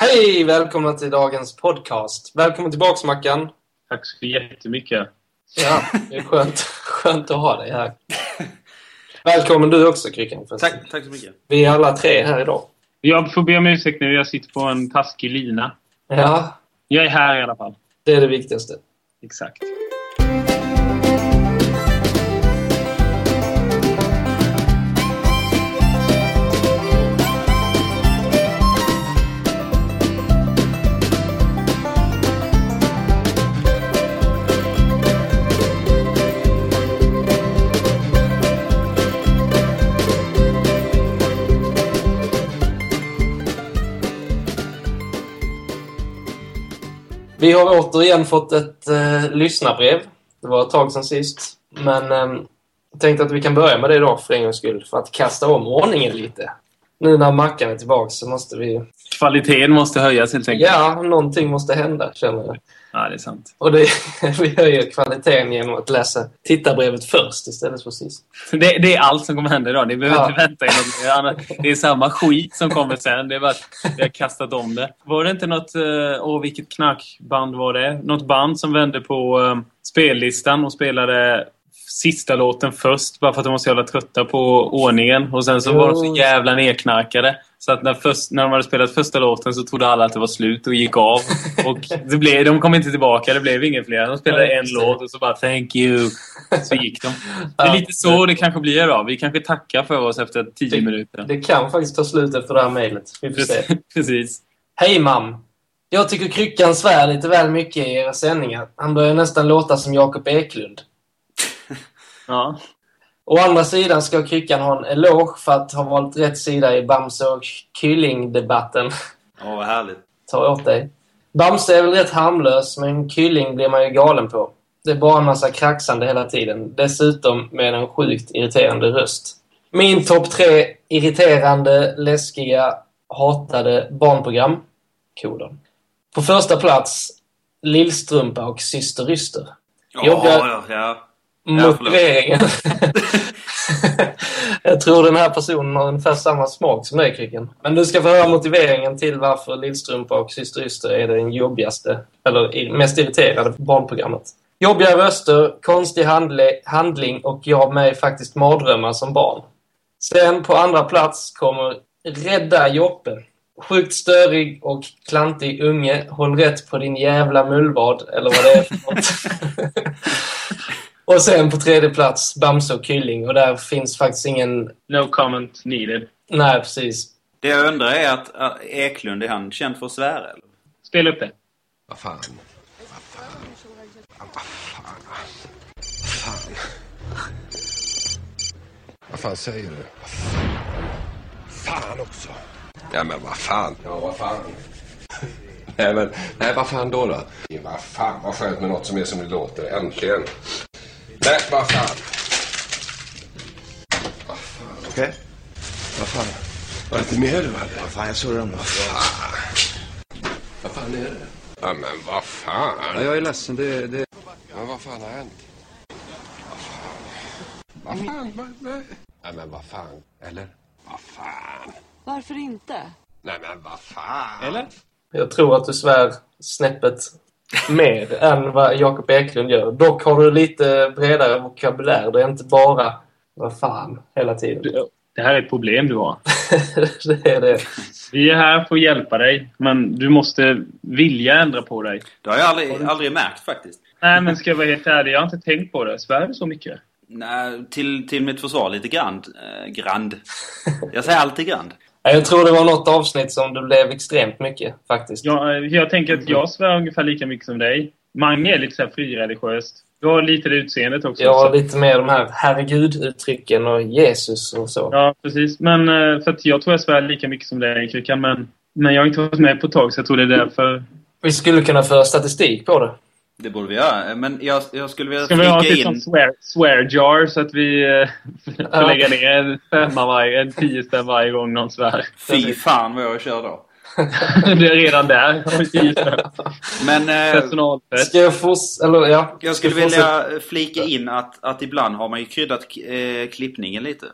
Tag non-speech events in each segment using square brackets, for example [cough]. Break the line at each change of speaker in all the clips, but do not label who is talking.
Hej! Välkomna till dagens podcast. Välkommen tillbaka Mackan.
Tack så jättemycket.
Ja, [laughs] det är skönt, skönt att ha dig här. Välkommen du också Kryckan. förresten.
Tack, tack så mycket.
Vi är alla tre här idag.
Jag får be om ursäkt nu, jag sitter på en taskig lina.
Ja,
Jag är här i alla fall.
det är det viktigaste.
Exakt.
Vi har återigen fått ett eh, lyssnarbrev. Det var ett tag sedan sist. Men eh, jag tänkte att vi kan börja med det idag för en gångs skull. För att kasta om ordningen lite. Nu när Mackan är tillbaka så måste vi...
Kvaliteten måste höjas helt enkelt.
Ja, någonting måste hända känner jag.
Ja, det är sant.
Och det, [laughs] vi höjer kvaliteten genom att läsa tittarbrevet först istället för sist.
[laughs] Det, det är allt som kommer hända idag. Ni behöver
Ja.
inte vänta i något annat. Det är samma skit som kommer sen. Det är bara att vi har kastat om det. Var det inte något... eh, Åh, vilket knarkband var det? Något band som vände på eh, spellistan och spelade sista låten först bara för att de var så jävla trötta på ordningen. Och sen så
Jo.
var de så jävla nerknarkade. Så att när, först, när de hade spelat första låten så trodde alla att det var slut och
[laughs]
gick av. Och det blev, de kom inte tillbaka, det blev ingen fler. De spelade
Ja,
en
just det.
låt och så bara “Thank you” så gick de. Det är lite så det kanske blir idag. Vi kanske tackar för oss efter tio minuter.
Det kan faktiskt ta slut efter det här mejlet. Vi får se.
Precis. [laughs]
Hej mam! Jag tycker Kryckan svär lite väl mycket i era sändningar. Han börjar nästan låta som Jakob Eklund.
Ja.
Å andra sidan ska Kryckan ha en eloge för att ha valt rätt sida i Bamse och Kylling-debatten.
Ja, vad härligt.
Ta åt dig. Bamse är väl rätt harmlös, men Kylling blir man ju galen på. Det är bara en massa kraxande hela tiden. Dessutom med en sjukt irriterande röst. Min topp tre irriterande, läskiga, hatade barnprogram. Kolon. På första plats, Lillstrumpa och Syster Yster.
Ja,
Jag blir-
ja, ja. Ja, förlåt.
Motiveringen. [laughs] jag tror den här personen har ungefär samma smak som dig, Kryckan. Men du ska få höra motiveringen till varför Lillstrumpa och Syster Yster är den jobbigaste, eller i- mest irriterade barnprogrammet. Jobbiga röster, konstig handle- handling och jag har med faktiskt mardrömmar som barn. Sen på andra plats kommer Rädda Joppe. Sjukt störig och klantig unge. Håll rätt på din jävla mullvad, eller vad det är för något. [laughs] Och sen på tredje plats Bamse och Kylling och där finns faktiskt ingen...
No comment needed.
Nej, precis.
Det jag undrar är att äh, Eklund, är han känd för att svära? Eller?
Spela upp det.
Vad fan? Vad fan? Vad fan? Vad fan säger du? Fan också. Ja men vad fan. Ja vad fan. nej men, nej vad fan då då? Ja, Vad fan vad skönt med något som är som det låter. Äntligen. Nej vad fan. Vad fan.
Okej?
Vad fan. Var det inte mer du hade?
Fan, jag surrar om det.
Vad fan är det? Ja men vad
Ja,
fan.
jag är ledsen. Det, det...
Men vad fan har hänt? Vad fan? Vad fan? Vad,
Mm.
vad? Nej men vad fan? Eller? Vad fan?
Varför inte?
Nej men vad fan?
Eller?
Jag tror att du svär snäppet
[laughs]
mer än vad Jakob Eklund gör. Dock har du lite bredare vokabulär. Det är inte bara vad fan hela tiden.
Det här är ett problem du har.
[laughs] det är det.
Vi är här för att hjälpa dig, men du måste vilja ändra på dig.
Det har jag aldrig, aldrig märkt faktiskt.
Nej, men ska jag vara helt ärlig, jag har inte tänkt på det. Svär du så mycket?
Nej, till, till mitt försvar lite grand. Eh, grand. Jag säger alltid grand.
Ja, Jag tror det var något avsnitt som det blev extremt mycket faktiskt.
Jag, eh, jag tänker att jag svär ungefär lika mycket som dig. Mange är lite så här frireligiöst. Du har lite det utseendet också.
Jag har
så-
lite mer de här herregud-uttrycken och Jesus och så.
Ja, precis. Men eh, för att jag tror jag svär lika mycket som dig, Kryckan. Men, men jag har inte varit med på ett tag, så jag tror det är därför.
Vi skulle kunna föra statistik på det.
Det borde vi göra. Men jag, jag skulle vilja
Ska vi ha
flika
typ som
in...
swear, swear jar så att vi eh, får lägga ner en femma varje, en tiospänn varje gång någon svär? [laughs]
Fy fan vad jag kör då.
det är redan där. har vi tio spänn.
Men eh,
Personalfest.
Ska jag forts- eller, ja.
jag
Ska
skulle
jag fortsätta?
vilja flika in att, att ibland har man ju kryddat eh, klippningen lite.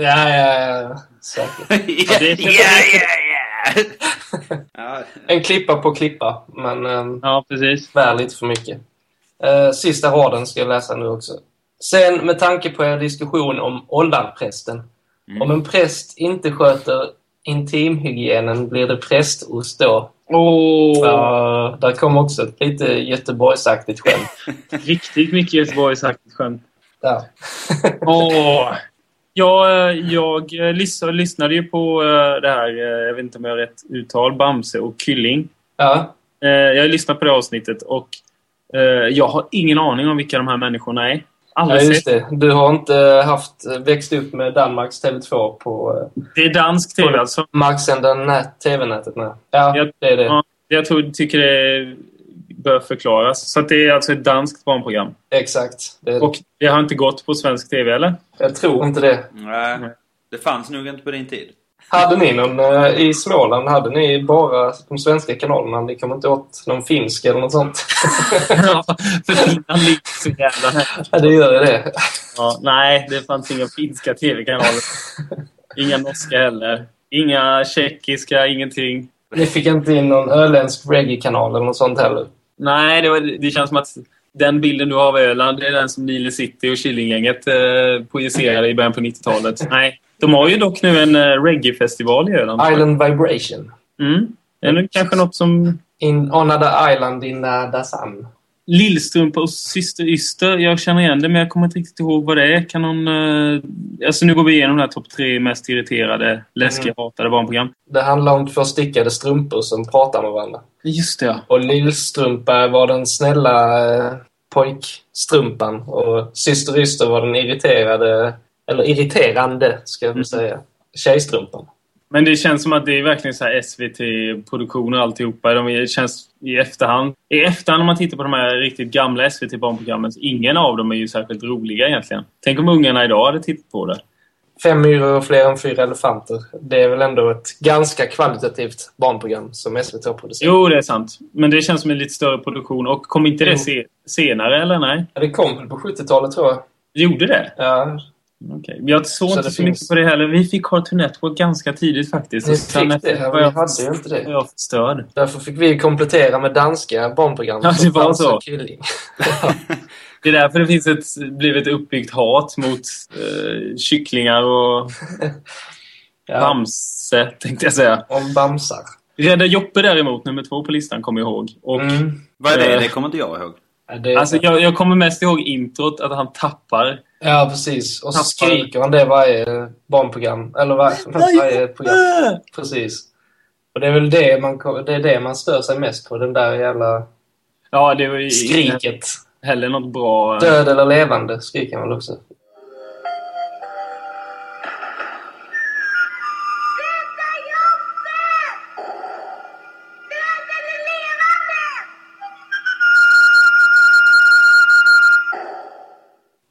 Ja, ja, ja. Säkert.
[laughs]
typ-
yeah, [laughs] yeah, yeah, yeah. Nej. Ja,
[laughs] En klippa på klippa, men ehm,
Ja, precis.
svär lite för mycket. Eh, sista raden ska jag läsa nu också. Sen med tanke på er diskussion om åldarprästen.
Mm.
Om en präst inte sköter intimhygienen blir det prästost då.
Åh,
Ja, där kom också ett lite göteborgsaktigt
[laughs]
skämt.
riktigt mycket Göteborgsaktigt skämt.
Där.
Åh. Jag, eh, jag eh, lys- lyssnade ju på eh, det här, eh, jag vet inte om jag har rätt uttal, Bamse och Kylling.
[laughs] ja,
Eh, Jag har lyssnat på det avsnittet och eh, jag har ingen aning om vilka de här människorna är.
ja,
Aldrig
just
sett.
det. Du har inte haft, växt upp med Danmarks TV2 på eh,
Det är dansk tv alltså.
marksända nät, TV-nätet? Nej. Ja,
Jag-
det är det.
Ja, jag tror, tycker det bör förklaras. Så att det är alltså ett danskt barnprogram.
Exakt. Det,
Och det har inte gått på svensk tv, eller?
jag tror inte det.
nej. Det fanns nog inte på din tid.
Hade ni någon eh, i Småland? Hade ni bara de svenska kanalerna? Ni kom inte åt någon finsk eller något
[laughs]
sånt?
För Finland ligger så jävla nära.
ja, det gör ju det.
ja, Nej, det fanns inga finska tv-kanaler. Inga norska heller. Inga tjeckiska, ingenting.
Ni fick inte in någon öländsk reggae-kanal eller något sånt heller?
Nej, det, var, det känns som att den bilden du har av Öland det är den som Nile City och Killinggänget eh, projicerade i början på 90-talet. Nej, de har ju dock nu en eh, reggae-festival i Öland.
Island Vibration.
Mm. Det är nog kanske något som
In on another island in eh, Nadasan.
Lillstrumpa och Syster Yster. Jag känner igen det, men jag kommer inte riktigt ihåg vad det är. Kan någon, eh, alltså nu går vi igenom den här topp tre mest irriterade, läskiga, hatade barnprogram.
Det handlar om två stickade strumpor som pratar med varandra.
Just det, ja.
Och Lillstrumpa var den snälla eh, pojkstrumpan. Och Syster Yster var den irriterade, eller irriterande ska
Mm.
jag väl säga, tjejstrumpan.
Men det känns som att det är verkligen så här SVT-produktioner alltihopa. De är- känns i efterhand. I efterhand om man tittar på de här riktigt gamla SVT-barnprogrammen, så ingen av dem är ju särskilt roliga egentligen. Tänk om ungarna idag hade tittat på det.
Fem myror och fler än fyra elefanter. Det är väl ändå ett ganska kvalitativt barnprogram som SVT har producerat.
Jo, det är sant. Men det känns som en lite större produktion. Och kom inte det se senare, eller nej?
Ja, Det kom väl på 70-talet tror jag.
Det Gjorde det?
Ja,
Okej. Jag såg
Så
inte
det
så
finns-
mycket på det heller. Vi fick Cartoon Network ganska tidigt faktiskt.
ni
Och sen
fick det.
efter-
Ja,
var
Vi
jag-
hade ju inte
var
det.
jag förstörd.
Därför fick vi komplettera med danska barnprogram.
Ja, det
som
var
Bamse
så.
och [laughs] Kylling.
Det är därför det finns ett, blivit uppbyggt hat mot eh, kycklingar och
Ja,
Bamse, tänkte jag säga.
om bamsar.
Rädda Joppe däremot, nummer två på listan, kommer jag ihåg. Och,
Mm.
Vad är det?
Eh.
Det kommer inte jag ihåg.
Ja, det...
alltså, jag, jag kommer mest ihåg introt, att han tappar.
Ja, precis. Och så
Tappar.
skriker han det varje barnprogram. Eller var... varje program.
Äh!
Precis. Och det är väl det man, ko- det är det man stör sig mest på. Den där jävla
Ja, det var ju inte
skriket.
heller något bra. eh,
Död eller levande skriker man väl också.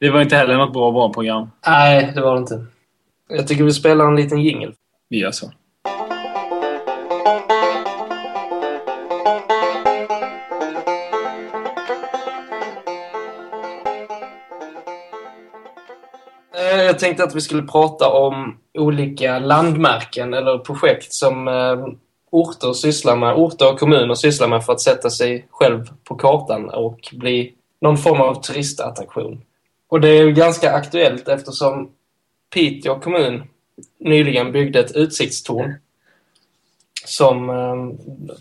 Det var inte heller något bra barnprogram.
Nej, det var det inte. Jag tycker vi spelar en liten jingel.
Vi gör så.
Eh, Jag tänkte att vi skulle prata om olika landmärken eller projekt som eh, orter, sysslar med, orter och kommuner sysslar med för att sätta sig själv på kartan och bli någon form av turistattraktion. Och det är ju ganska aktuellt eftersom Piteå kommun nyligen byggde ett utsiktstorn som eh,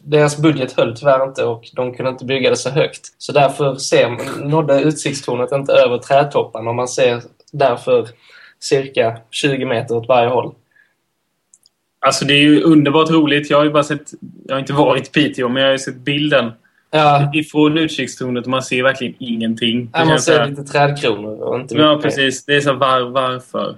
deras budget höll tyvärr inte och de kunde inte bygga det så högt. Så därför ser, nådde utsiktstornet inte över trädtopparna och man ser därför cirka 20 meter åt varje håll.
Alltså det är ju underbart roligt. Jag har ju bara sett... Jag har inte varit i Piteå, men jag har ju sett bilden
Ja,
ifrån utkikstornet och man ser verkligen ingenting. Det
här man
känns så
ser
här-
lite trädkronor och inte
Ja,
mycket mer.
precis. Det är så här, var, varför?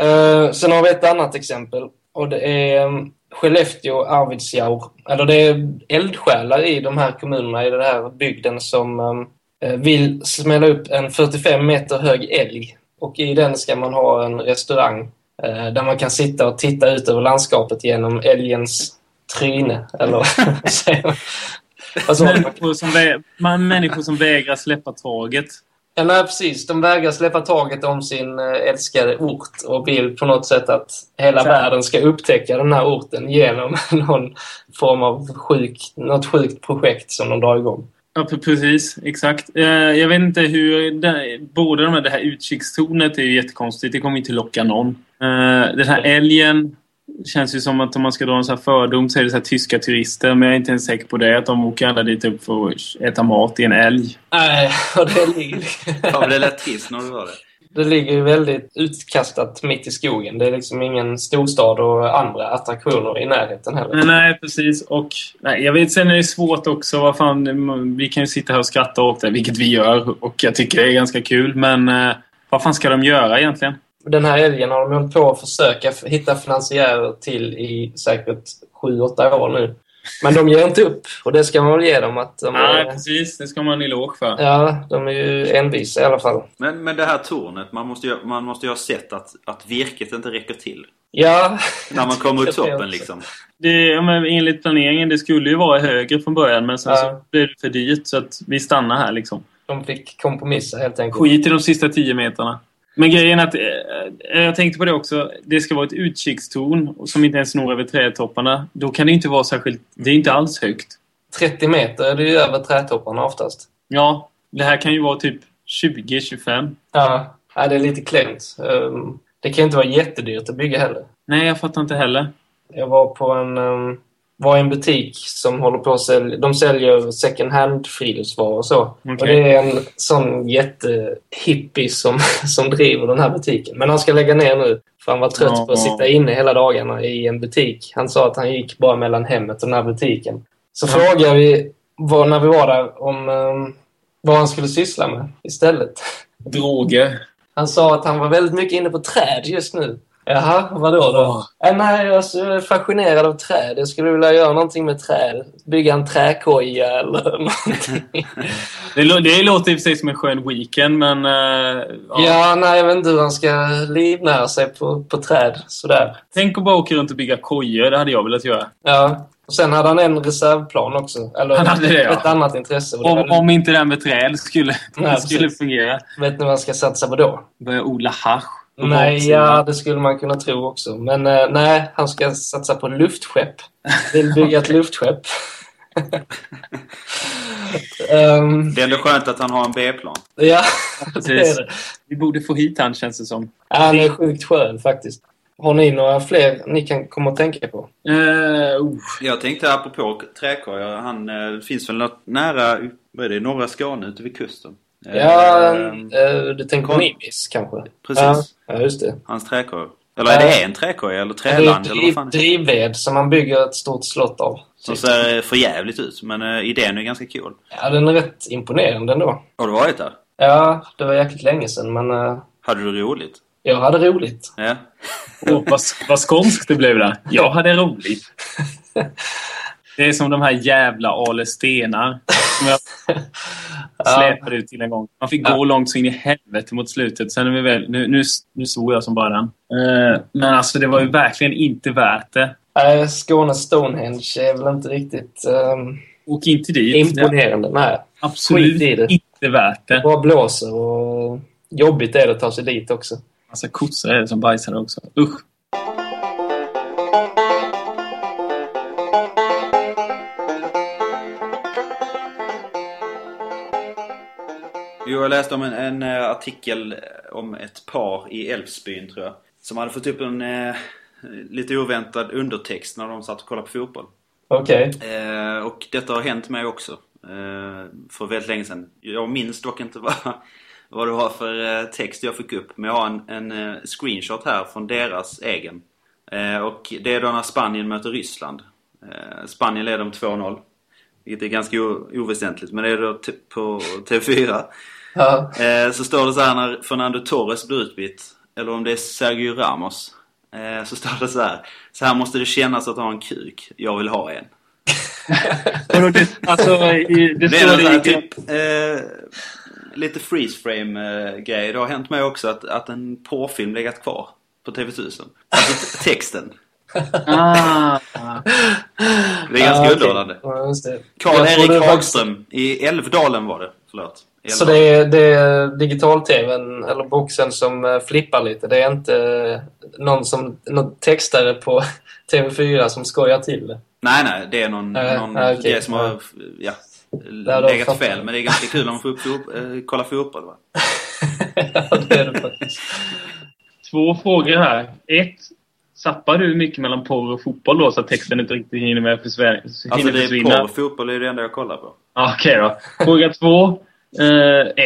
Eh, sen har vi ett annat exempel och det är um, Skellefteå och Arvidsjaur. Eller det är eldsjälar i de här kommunerna, i den här bygden som um, eh, vill smälla upp en 45 meter hög älg. Och i den ska man ha en restaurang eh, där man kan sitta och titta ut över landskapet genom älgens tryne. Eller [laughs] vad säger man? Alltså,
Människor som, vä- man, människor som vägrar släppa taget.
Ja, nej, precis. De vägrar släppa taget om sin eh, älskade ort och vill på något sätt att hela
Så.
världen ska upptäcka den här orten genom [laughs] någon form av sjuk, något sjukt projekt som de drar igång.
Ja, p- precis. Exakt. Eh, jag vet inte hur... Det, båda de här, det här utkikstornet är ju jättekonstigt. Det kommer ju inte locka någon. Eh, den här älgen känns ju som att om man ska dra en sån här fördom så är det så här tyska turister. Men jag är inte ens säker på det. Att de åker alla dit upp för att äta mat i en älg.
Nej, [laughs] och det ligger,
Ja, men det lät trist när du var det.
[laughs] det ligger ju väldigt utkastat mitt i skogen. Det är liksom ingen storstad och andra attraktioner i närheten heller.
Men nej, precis. Och, nej, jag vet, sen är det svårt också. Vad fan, m- vi kan ju sitta här och skratta åt det, vilket vi gör. Och jag tycker det är ganska kul. Men eh, vad fan ska de göra egentligen?
Den här älgen har de hållit på att försöka f- hitta finansiärer till i säkert 7-8 år nu. Men de ger inte upp och det ska man väl ge dem att de
Nej,
är,
precis. Det ska man ha en eloge för.
ja, de är ju envisa i alla fall.
Men, men det här tornet, man måste ju, man måste ju ha sett att, att virket inte räcker till.
Ja,
När man kommer
Jag
upp
tror
toppen
också.
liksom.
Det, ja, men enligt planeringen, det skulle ju vara högre från början men sen
Ja.
så blev det för dyrt så att vi stannar här liksom.
de fick kompromissa helt enkelt.
Skit i de sista tio meterna. Men grejen är att, eh, jag tänkte på det också, det ska vara ett utkikstorn som inte ens når över trädtopparna. Då kan det ju inte vara särskilt, det är inte alls högt.
30 meter är det ju över trädtopparna oftast.
Ja, det här kan ju vara typ 20-25.
Ja, ja det är lite klent. Ehm, Det kan inte vara jättedyrt att bygga heller.
Nej, jag fattar inte heller.
Jag var på en, ehm, var i en butik som håller på att sälja, de säljer second hand friluftsvaror och så.
Okej.
Och det är en sån jättehippie som, [laughs] som driver den här butiken. Men han ska lägga ner nu för han var trött
Ja.
på att sitta inne hela dagarna i en butik. Han sa att han gick bara mellan hemmet och den här butiken. Så
Ja.
frågade vi vad, när vi var där om ehm, vad han skulle syssla med istället.
Droger.
Han sa att han var väldigt mycket inne på träd just nu. Jaha, vadå då? Äh, nej, jag är så fascinerad av träd. Jag skulle vilja göra någonting med träd. Bygga en träkoja eller [laughs] någonting.
Det, lå- det låter i och för sig som en skön weekend men... eh, ja.
ja, nej, jag vet inte hur han ska livnära sig på, på träd. Sådär.
Tänk att bara åka runt och bygga kojor, det hade jag velat göra.
Ja. Och sen hade han en reservplan också. Eller
Han hade det, ja.
ett annat intresse. Och det
Om,
var,
om inte det här med
[laughs]
träd skulle,
Nej,
skulle
precis.
fungera.
Vet ni vad han ska satsa på då?
Börja odla hasch. på
Nej,
baksidan.
ja, det skulle man kunna tro också. Men eh, nej, han ska satsa på luftskepp. Vill bygga ett luftskepp. Ehm,
Det är ändå skönt att han har en B-plan.
ja, det
Precis.
är det.
Vi borde få hit han känns det som.
Ja, Han är sjukt skön faktiskt. Har ni några fler ni kan komma att tänka på?
Eh, oh.
Jag tänkte apropå träkojor, han eh, finns väl något nära, vad är det, norra Skåne ute vid kusten? Eh,
Ja, eh, du tänker på
kon-
Nimis kanske?
Precis.
Ja, ja, just det.
Hans träkojor. Eller är det en träkoja eller
Det är
träland eller vad
driv,
fan?
drivved som man bygger ett stort slott av.
Som ser för jävligt ut, men eh, idén är ganska cool.
Ja, den är rätt imponerande ändå.
Har du varit där?
Ja, det var jäkligt länge sedan men eh,
Hade du roligt?
jag hade roligt.
Ja.
Oh, vad, vad skånskt det blev där. Jag hade roligt. Det är som de här jävla Ale Stenar som jag
[laughs]
släpade ut till en gång. Man fick gå långt så in i helvete mot slutet. Sen är vi väl, nu, nu, nu svor jag som bara den. Eh, men alltså det var ju verkligen inte värt det.
Nej, Skånes Stonehenge är väl inte riktigt ehm,
Åk inte dit. Det är
imponerande. Nej.
absolut
Skit i det.
inte värt det.
Bara blåser och jobbigt är det att ta sig dit också.
Massa kossor är det som bajsade också. Usch.
Jo, jag läste om en, en eh, artikel eh, om ett par i Älvsbyn, tror jag. Som hade fått upp en eh, lite oväntad undertext när de satt och kollade på fotboll.
Okej.
Eh, och detta har hänt mig också. Eh, för väldigt länge sedan. Jag minns dock inte [laughs] vad, vad det var för eh, text jag fick upp. Men jag har en, en eh, screenshot här från deras egen. Eh, och det är då när Spanien möter Ryssland. Eh, Spanien leder med 2-0. Vilket är ganska o- oväsentligt. Men det är då t- på TV4.
[laughs]
Ja.
Eh, så står det så här när Fernando Torres blir utbytt, eller om det är Sergio Ramos. Eh, så står det så här. Så här måste det kännas att ha en kuk. Jag vill ha en.
Vadå, det- Alltså, i- det
Det är
står
någon sån här
det i...
typ, eh, lite freeze frame eh, grej. Det har hänt mig också att, att en porrfilm legat kvar på TV1000. Alltså t- texten.
Ah,
Det är ganska
[laughs] Ja,
underhållande.
okej. Ja, just det. Jag
Karl-Erik
trodde faktiskt-
Hagström i Älvdalen var det. Förlåt. Eller-
Så det är, det är digital-tvn, eller boxen, som eh, flippar lite. Det är inte eh, någon, som, någon textare på [laughs] TV4 som skojar till det. [laughs]
Nej, nej, det är någon,
Nej,
någon
nej, okej.
grej som har ja,
då
legat
fattar
fel.
jag.
Men det är ganska kul om man får upp, fot- eh, kolla fotboll. Va?
ja, det är det faktiskt.
Två frågor här. Ett. Zappar du mycket mellan porr och fotboll då så att texten inte riktigt hinner med försvä- hinner
Alltså det är
försvinna?
porr, fotboll är det enda jag kollar på.
Ja, Okej då. Fråga två. Eh,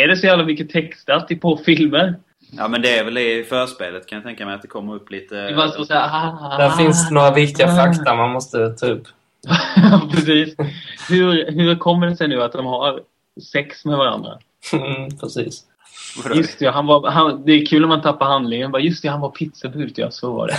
är det så jävla mycket textat i porrfilmer?
Ja men det är väl i förspelet kan jag tänka mig att det kommer upp lite...
Det var så såhär... ah.
Där finns några viktiga fakta man måste ta upp.
[laughs] Precis. Hur, hur kommer det sig nu att de har sex med varandra?
Mm, Precis.
Vadå?
Just det, han var, han, det är kul om man tappar handlingen. Bara, just det, han var pizzabud. Ja, så var det.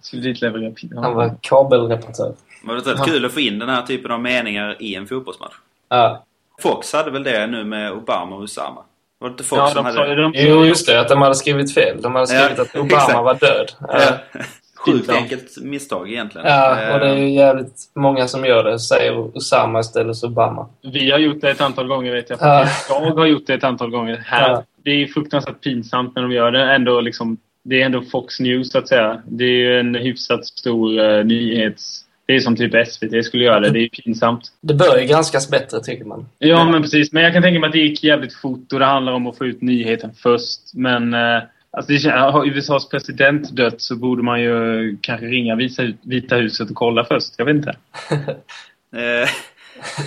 Skulle dit leverera pizza.
Han var kabelreparatör.
Men det är rätt kul att få in den här typen av meningar i en fotbollsmatch.
Ja.
Fox hade väl det nu med Obama och Usama? Var det inte Fox
ja,
som
de sa ju
hade det?
de
Jo, just det. Att de hade skrivit fel. De hade skrivit
Ja,
att Obama
exakt.
var död. Ja.
Ja. [laughs] Sjukt
Skitsamma.
enkelt misstag egentligen.
Ja, och det är
Eh,
ju jävligt många som gör det. Säger Osama istället för Obama.
Vi har gjort det ett antal gånger vet jag.
Ja.
Jag har gjort det ett antal gånger här.
Ja.
Det är fruktansvärt pinsamt när de gör det. Ändå liksom, det är ändå Fox News så att säga. Det är ju en hyfsat stor eh, nyhets... Det är som typ SVT skulle göra det. Det är pinsamt.
Det bör ju granskas bättre, tycker man. [laughs]
Ja, men precis. Men jag kan tänka mig att det gick jävligt fort och det handlar om att få ut nyheten först. Men eh, alltså, det, kän- har USAs president dött så borde man ju kanske ringa Visa, Vita huset och kolla först. Jag vet inte.
eh,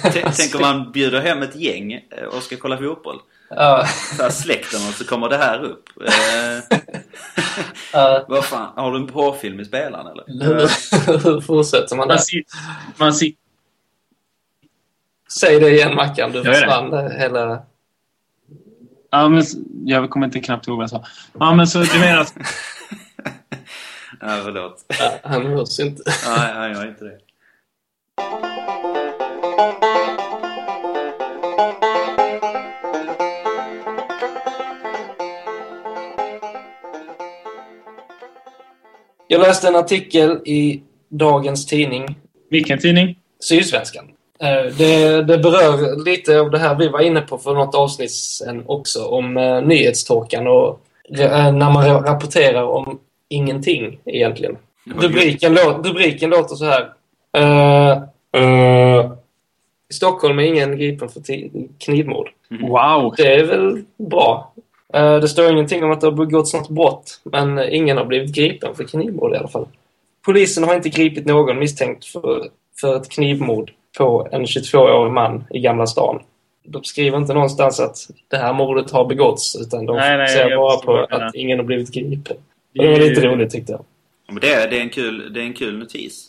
[laughs] t-
[laughs]
Tänk om man bjuder hem ett gäng eh, och ska kolla fotboll.
Ja,
Så här släkten och så kommer det här upp. Eh,
ja.
[laughs] vad fan, har du en porrfilm i spelaren eller?
Hur hur fortsätter man där?
Man sitter, man sitter
Säg det igen, Mackan. Du
gör det.
försvann där hela...
Ja, men s- jag kommer inte knappt ihåg vad jag sa. Ja, men så du menar att...
Nej, förlåt.
Ja, Han hörs inte.
Nej, nej, jag är inte det.
Jag läste en artikel i dagens tidning
Vilken tidning?
Sydsvenskan. Eh, Det, det berör lite av det här vi var inne på för något avsnitt sen också om eh, nyhetstorkan och eh, när man ra- rapporterar om ingenting egentligen. Rubriken, lå- rubriken låter så här. Eh, eh, I Stockholm är ingen gripen för ti- knivmord.
Mm.
Wow!
Det är väl bra. Eh, Det står ingenting om att det har begåtts något brott, men ingen har blivit gripen för knivmord i alla fall. Polisen har inte gripit någon misstänkt för, för ett knivmord på en 22-årig man i Gamla stan. De skriver inte någonstans att det här mordet har begåtts, utan de
Nej, nej,
ser
jag
bara
förstår
på
vad du menar.
att ingen har blivit gripen. Och det var lite roligt tyckte jag.
Ja, Men det, är- det, är en kul, det är en kul notis.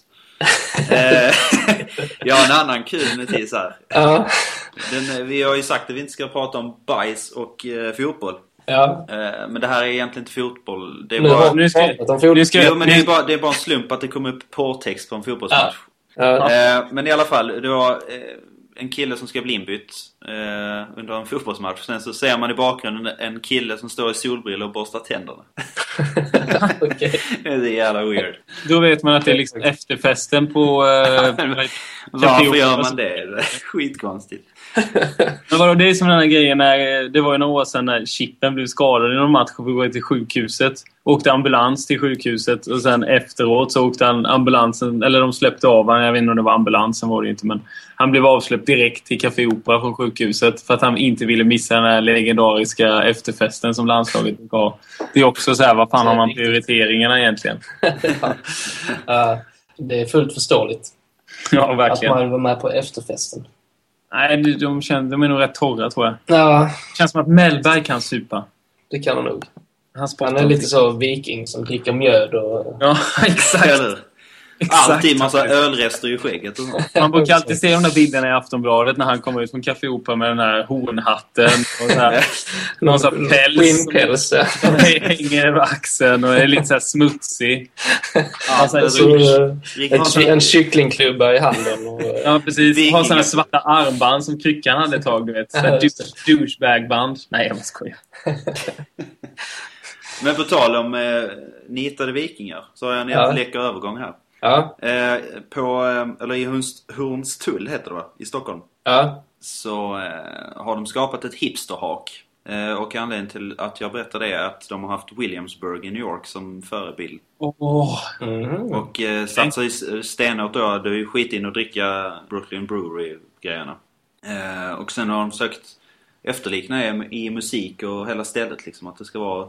Eh, [laughs] jag har en annan kul notis här.
Ja, [laughs]
Den, eh, vi har ju sagt att vi inte ska prata om bajs och eh, fotboll.
ja.
Eh, men det här är egentligen inte fotboll. Det är
Nu
bara...
har
nu
vi
ska-
pratat om fotboll.
nu ska-
Jo, men det är, bara, det är bara en slump att det kom upp porrtext på en fotbollsmatch.
Ja,
Eh, men i alla fall, det var eh, en kille som ska bli inbytt eh, under en fotbollsmatch. Sen så ser man i bakgrunden en kille som står i solbrillor och borstar tänderna. [laughs]
[laughs] okej.
det är så jävla weird.
Då vet man att det är liksom efterfesten på... Eh,
[laughs] Varför gör
Alltså-
man det? Det är Skitkonstigt.
Men vadå, det är som den här grejen när... eh, Det var ju några år sedan när Chippen blev skadad i någon match och vi var till sjukhuset. Åkte ambulans till sjukhuset och sen efteråt så åkte han ambulansen... Eller de släppte av honom. Jag vet inte om det var ambulansen var det inte men... Han blev avsläppt direkt till Café Opera från sjukhuset för att han inte ville missa den här legendariska efterfesten som landslaget gav. Det är också så här, vad fan har man prioriteringarna egentligen? [laughs]
Ja, det är fullt förståeligt
Ja,
att
verkligen.
man vill vara med på efterfesten.
Nej, de, de, känner, de är nog rätt torra tror jag.
Ja,
Känns som att Mellberg kan supa.
det kan man nog.
Han,
Han är lite så viking som dricker mjöd och...
Ja, [laughs] exakt.
Eller hur?
Exakt.
Alltid massa ölrester i skägget och sånt.
Man brukar alltid se de där bilderna i Aftonbladet när han kommer ut från Café Opera med den här hornhatten och så
[laughs]
här, någon sån här päls som
Skinnpäls, ja.
hänger över axeln och är lite så här smutsig. Alltså,
Och [laughs] så, eh,
Riktigt
ett, en kycklingklubba i handen. Och, eh,
Ja, precis. Har såna svarta armband som Kryckan hade ett tag, du vet. Så här
Ja, just
douche- Douchebag-band. Nej, jag bara skojar.
Men på tal om eh, nitade vikingar så har jag en
Ja.
läcker övergång här.
Ja,
Eh, på, eh, eller i Horns- Hornstull heter det va? I Stockholm.
ja.
så eh, har de skapat ett hipsterhak. Eh, och anledningen till att jag berättar det är att de har haft Williamsburg i New York som förebild.
Åh,
Mm.
Och eh, satsar ju s- stenhårt då. Det är ju skit in att dricka Brooklyn Brewery-grejerna. Eh, och sen har de sökt efterlikna det i musik och hela stället liksom. Att det ska vara...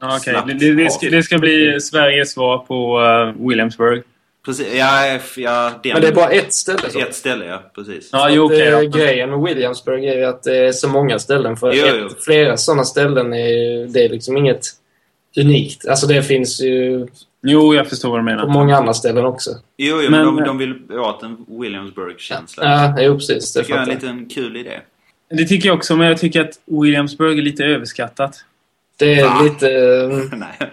ja, okej.
Snabbt
Det, det, det, ska,
hak.
det ska bli Sveriges svar på eh, Williamsburg.
Precis, ja, f- ja den,
Men det är bara ett ställe. Så.
ett ställe ja, precis.
Ja,
Att,
jo, okej.
eh,
ja.
Grejen med Williamsburg är ju att det är så många ställen. För
Jo,
ett,
jo.
flera sådana ställen är, det är liksom inget unikt. Alltså det finns ju
Jo, jag förstår vad du
på
menar.
många andra ställen också.
Jo, jo, men,
Men-
de, de vill åt en Williamsburg-känsla.
eh, Ja, jo precis. Det
det tycker jag är en
fattar jag.
liten kul idé. [laughs]
Det tycker jag också, men jag tycker att Williamsburg är lite överskattat.
Det
Va?
är lite... eh,
Nej.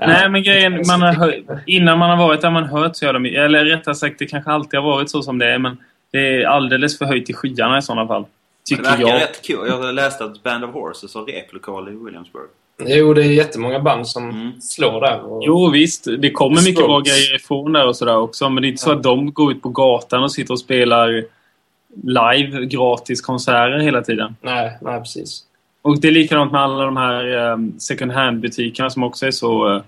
Ja.
Nej, men grejen, man har hör, innan man har varit där man hört så jävla mycket. Eller rättare sagt, det kanske alltid har varit så som det är, men det är alldeles för höjt i skyarna i sådana fall.
Det
Tycker
verkar
jag.
rätt kul. Jag läste att Band of Horses har replokal i Williamsburg.
Jo, det är jättemånga band som
Mm.
slår där. Och...
Jo, visst. Det kommer mycket
Strokes.
bra grejer ifrån där och sådär också. Men det är inte så att de går ut på gatan och sitter och spelar live, gratis konserter hela tiden.
Nej, nej, precis.
Och det är likadant med alla de här eh, second hand-butikerna som också är så, eh,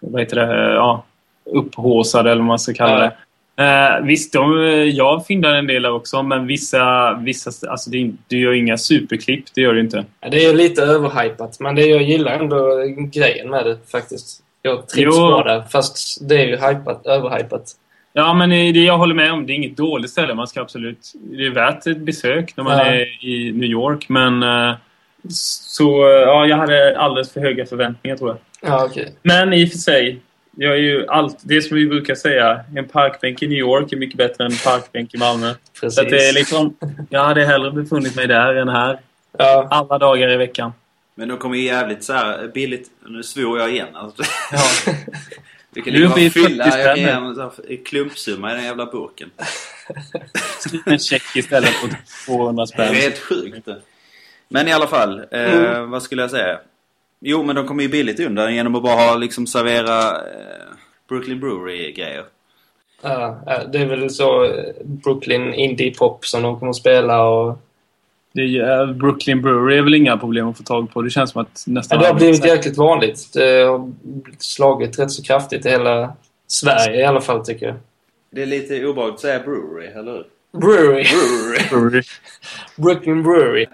vad heter det, eh, ja, upphåsade eller vad man ska kalla
Ja.
det. Eh, visst, de, eh, jag finner en del där också, men vissa, vissa alltså det, är in- du gör inga superklipp, det gör du inte.
Ja, Det är lite överhypat, men det jag gillar ändå grejen med det faktiskt. Jag trivs
Jo.
bra där, fast det är ju hypat, överhypat.
Ja, men eh, det jag håller med om, det är inget dåligt ställe. Man ska absolut, det är värt ett besök när man
Ja.
är i New York, men eh, så, eh, ja, jag hade alldeles för höga förväntningar tror jag.
Ja, okej.
Men i och för sig. Jag är ju allt, det som vi brukar säga. En parkbänk i New York är mycket bättre än en parkbänk i Malmö.
Precis.
Så att det är liksom, jag hade hellre befunnit mig där än här.
ja.
Alla dagar i veckan.
Men de kommer ju jävligt så här billigt... Nu svor jag igen. Alltså. [laughs]
Ja.
Du kan
Nu
ju bara
blir det
fylla
40
jag kan
spänn.
ge en så här klumpsumma i den jävla burken.
[laughs] Skriv en check istället på 200
Det är
spänn.
helt sjukt. Men i alla fall, eh,
Mm.
vad skulle jag säga? Jo, men de kommer ju billigt undan genom att bara ha, liksom servera eh, Brooklyn Brewery-grejer.
Ja, ja, det är väl så eh, Brooklyn indie pop som de kommer att spela och...
Det är, ju- eh, Brooklyn Brewery är väl inga problem att få tag på. Det känns som att
Ja,
nästan...
det har blivit jäkligt vanligt. Det har slagit rätt så kraftigt i hela Sverige i alla fall, tycker jag.
Det är lite obehagligt att säga brewery, eller hur?
Brewery.
Brewery.
Brewery.
Brooklyn Brewery.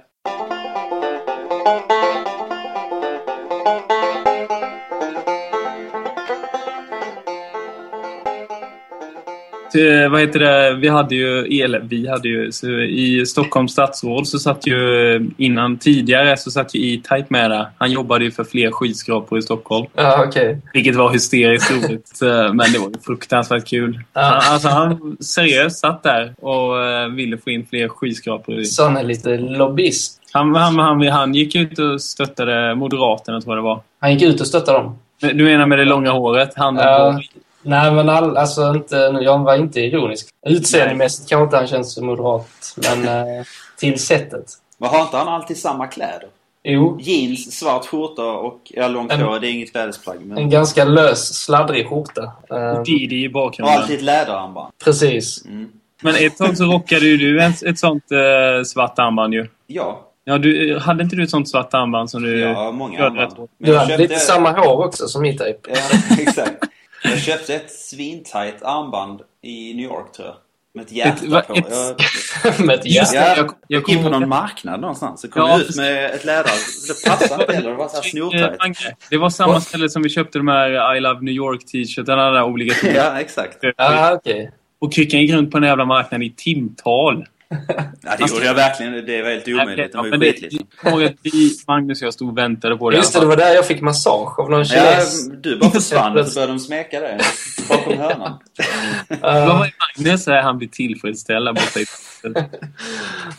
Eh, vad heter det? Vi hade ju, eller vi hade ju, så i Stockholms stadsråd så satt ju eh, innan tidigare så satt ju E-Type med där. Han jobbade ju för fler skyskrapor i Stockholm.
Ja, okej.
Vilket var hysteriskt roligt, eh, men det var ju fruktansvärt kul.
Ja.
Han, alltså, han seriöst satt där och eh, ville få in fler skyskrapor. i-
Så han är lite lobbyist.
Han, han, han, han gick ut och stöttade Moderaterna, tror jag det var.
Han gick ut och stöttade dem.
Men Du menar med det långa håret? Han,
Ja. Nej, men all, alltså inte, nu, jag var inte ironisk. Utseendemässigt kanske inte han känns så moderat, men eh, till sättet.
Men har inte han alltid samma kläder?
Jo,
Jeans, svart skjorta och ja, långt
En-
hår. Det är inget klädesplagg. Men...
en ganska lös, sladdrig skjorta. Eh,
Didi i
Och
bakgrunden.
alltid ett läderarmband.
precis.
Mm.
Men ett tag så rockade ju du ett, ett sånt eh, svart armband ju.
Ja,
Ja, du, hade inte du ett sånt svart armband som du...
jag har många
jag
armband.
vet.
Men
Du
jag
hade
köpte...
lite samma hår också som mitt typ. [laughs]
Ja, [laughs] exakt. Jag köpte ett svintajt armband i New York, tror jag. Med ett hjärta
Ett- va-
på.
ett-
Jag,
Med ett
[laughs] Just
hjärta.
det,
jag,
jag- jag
gick in på
kommer-
någon marknad någonstans och kom
Ja,
ut med ett läder. Så Det passade inte heller. Det var så här
[laughs] Eh,
snortajt.
Mange, Det var samma ställe som vi köpte de här I Love New York-t-shirtarna, där obligatoriska.
Ja, exakt.
Ja, okej.
Och kicka in runt på den jävla marknaden i timtal.
Ja, det gjorde jag verkligen. Det var helt omöjligt. Det var ju
Men det-
skitliten.
jag kommer ihåg att vi, Magnus och jag stod och väntade på det. i
Just det,
alla
det
fall.
var där jag fick massage av någon
Ja,
kines.
[laughs]
du bara försvann och så började de smeka dig bakom hörnan.
[laughs] Vad
Ja,
var det Magnus säger? Han blir tillfredsställd där borta i timtal.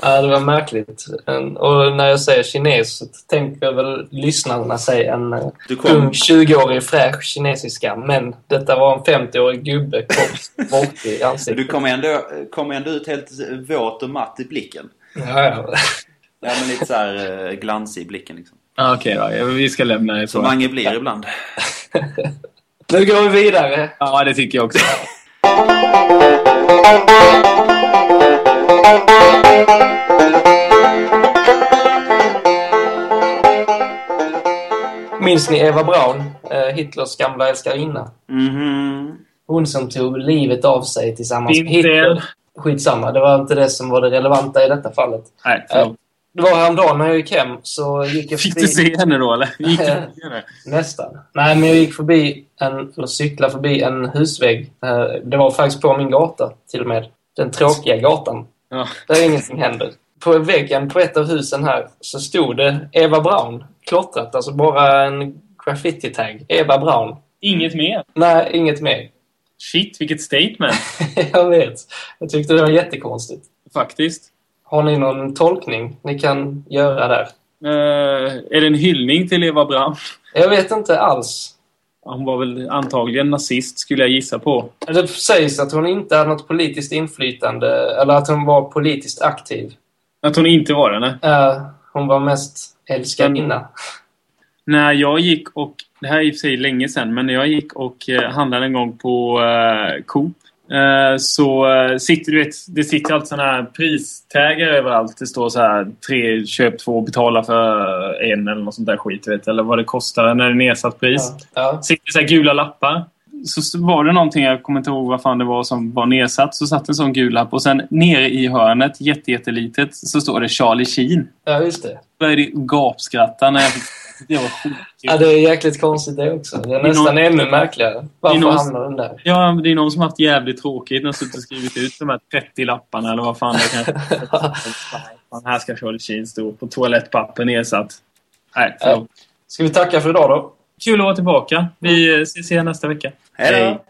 ja, det var märkligt. En- Och när jag säger kines så tänker jag väl lyssnarna sig en eh,
Du kom
ung 20-årig fräsch kinesiska. Men detta var en 50-årig gubbe kort bort i
Men
ansiktet.
Du kom ändå, kom ändå ut helt våt och matt i blicken.
Ja, ja.
Ja, men lite så här eh, glansig i blicken liksom.
Ah, Okej då, vi ska lämna det.
Som
så.
Mange blir ibland.
Nu går vi vidare.
Ja, det tycker jag också.
Minns ni Eva Braun, eh, Hitlers gamla älskarinna?
Mhm.
Hon som tog livet av sig tillsammans med
Inte
Hitler.
en.
Skitsamma, det var inte det som var det relevanta i detta fallet. Eh,
Nej, förlåt.
Det var häromdagen när jag gick hem så gick jag
Fick
förbi...
du se henne då eller? Gick du förbi henne?
Nästan. Nej, men jag gick förbi en, eller cyklade förbi en husvägg. Eh, Det var faktiskt på min gata till och med. Den tråkiga gatan.
Ja.
Där ingenting händer. På väggen på ett av husen här så stod det Eva Braun klottrat. Alltså bara en graffiti-tag. Eva Braun.
Inget mer?
Nej, inget mer. [laughs]
Shit, vilket statement
jag vet. Jag tyckte det var jättekonstigt.
faktiskt.
Har ni någon tolkning ni kan göra där?
Eh, är det en hyllning till Eva Braun?
Jag vet inte alls.
Hon var väl antagligen nazist skulle jag gissa på.
Det sägs att hon inte hade något politiskt inflytande eller att hon var politiskt aktiv.
Att hon inte var det, nej.
Eh, hon var mest älskarinna.
När jag gick och, det här är i och för sig länge sedan, men när jag gick och eh, handlade en gång på eh, Coop eh, så eh, sitter du vet, det sitter alltid sådana här pristägar överallt. Det står så här tre, köp två, betala för en eller något sånt där skit. Vet, eller vad det kostar när det är nedsatt pris.
Ja. Ja.
sitter så här gula lappar. Så s- var det någonting, jag kommer inte ihåg vad fan det var som var nedsatt, så satt en sån gul lapp och sen nere i hörnet, jätte, jättelitet, så står det Charlie Sheen.
ja, just det.
Då började jag gapskratta när jag fick det. var skitkul.
Ja, det är jäkligt konstigt det också. Det är
Det är
nästan
någon-
ännu märkligare. Varför
Det är någon-
hamnar den där? [laughs]
Ja, men det är någon som haft jävligt tråkigt och suttit och skrivit ut de här 30 lapparna eller vad fan det kan Fan, Här ska Charlie Sheen stå på toalettpapper nedsatt. Nej, förlåt.
Ska vi tacka för idag då?
Kul att vara tillbaka. Vi eh, ses igen nästa vecka.
Hej då!
Hej.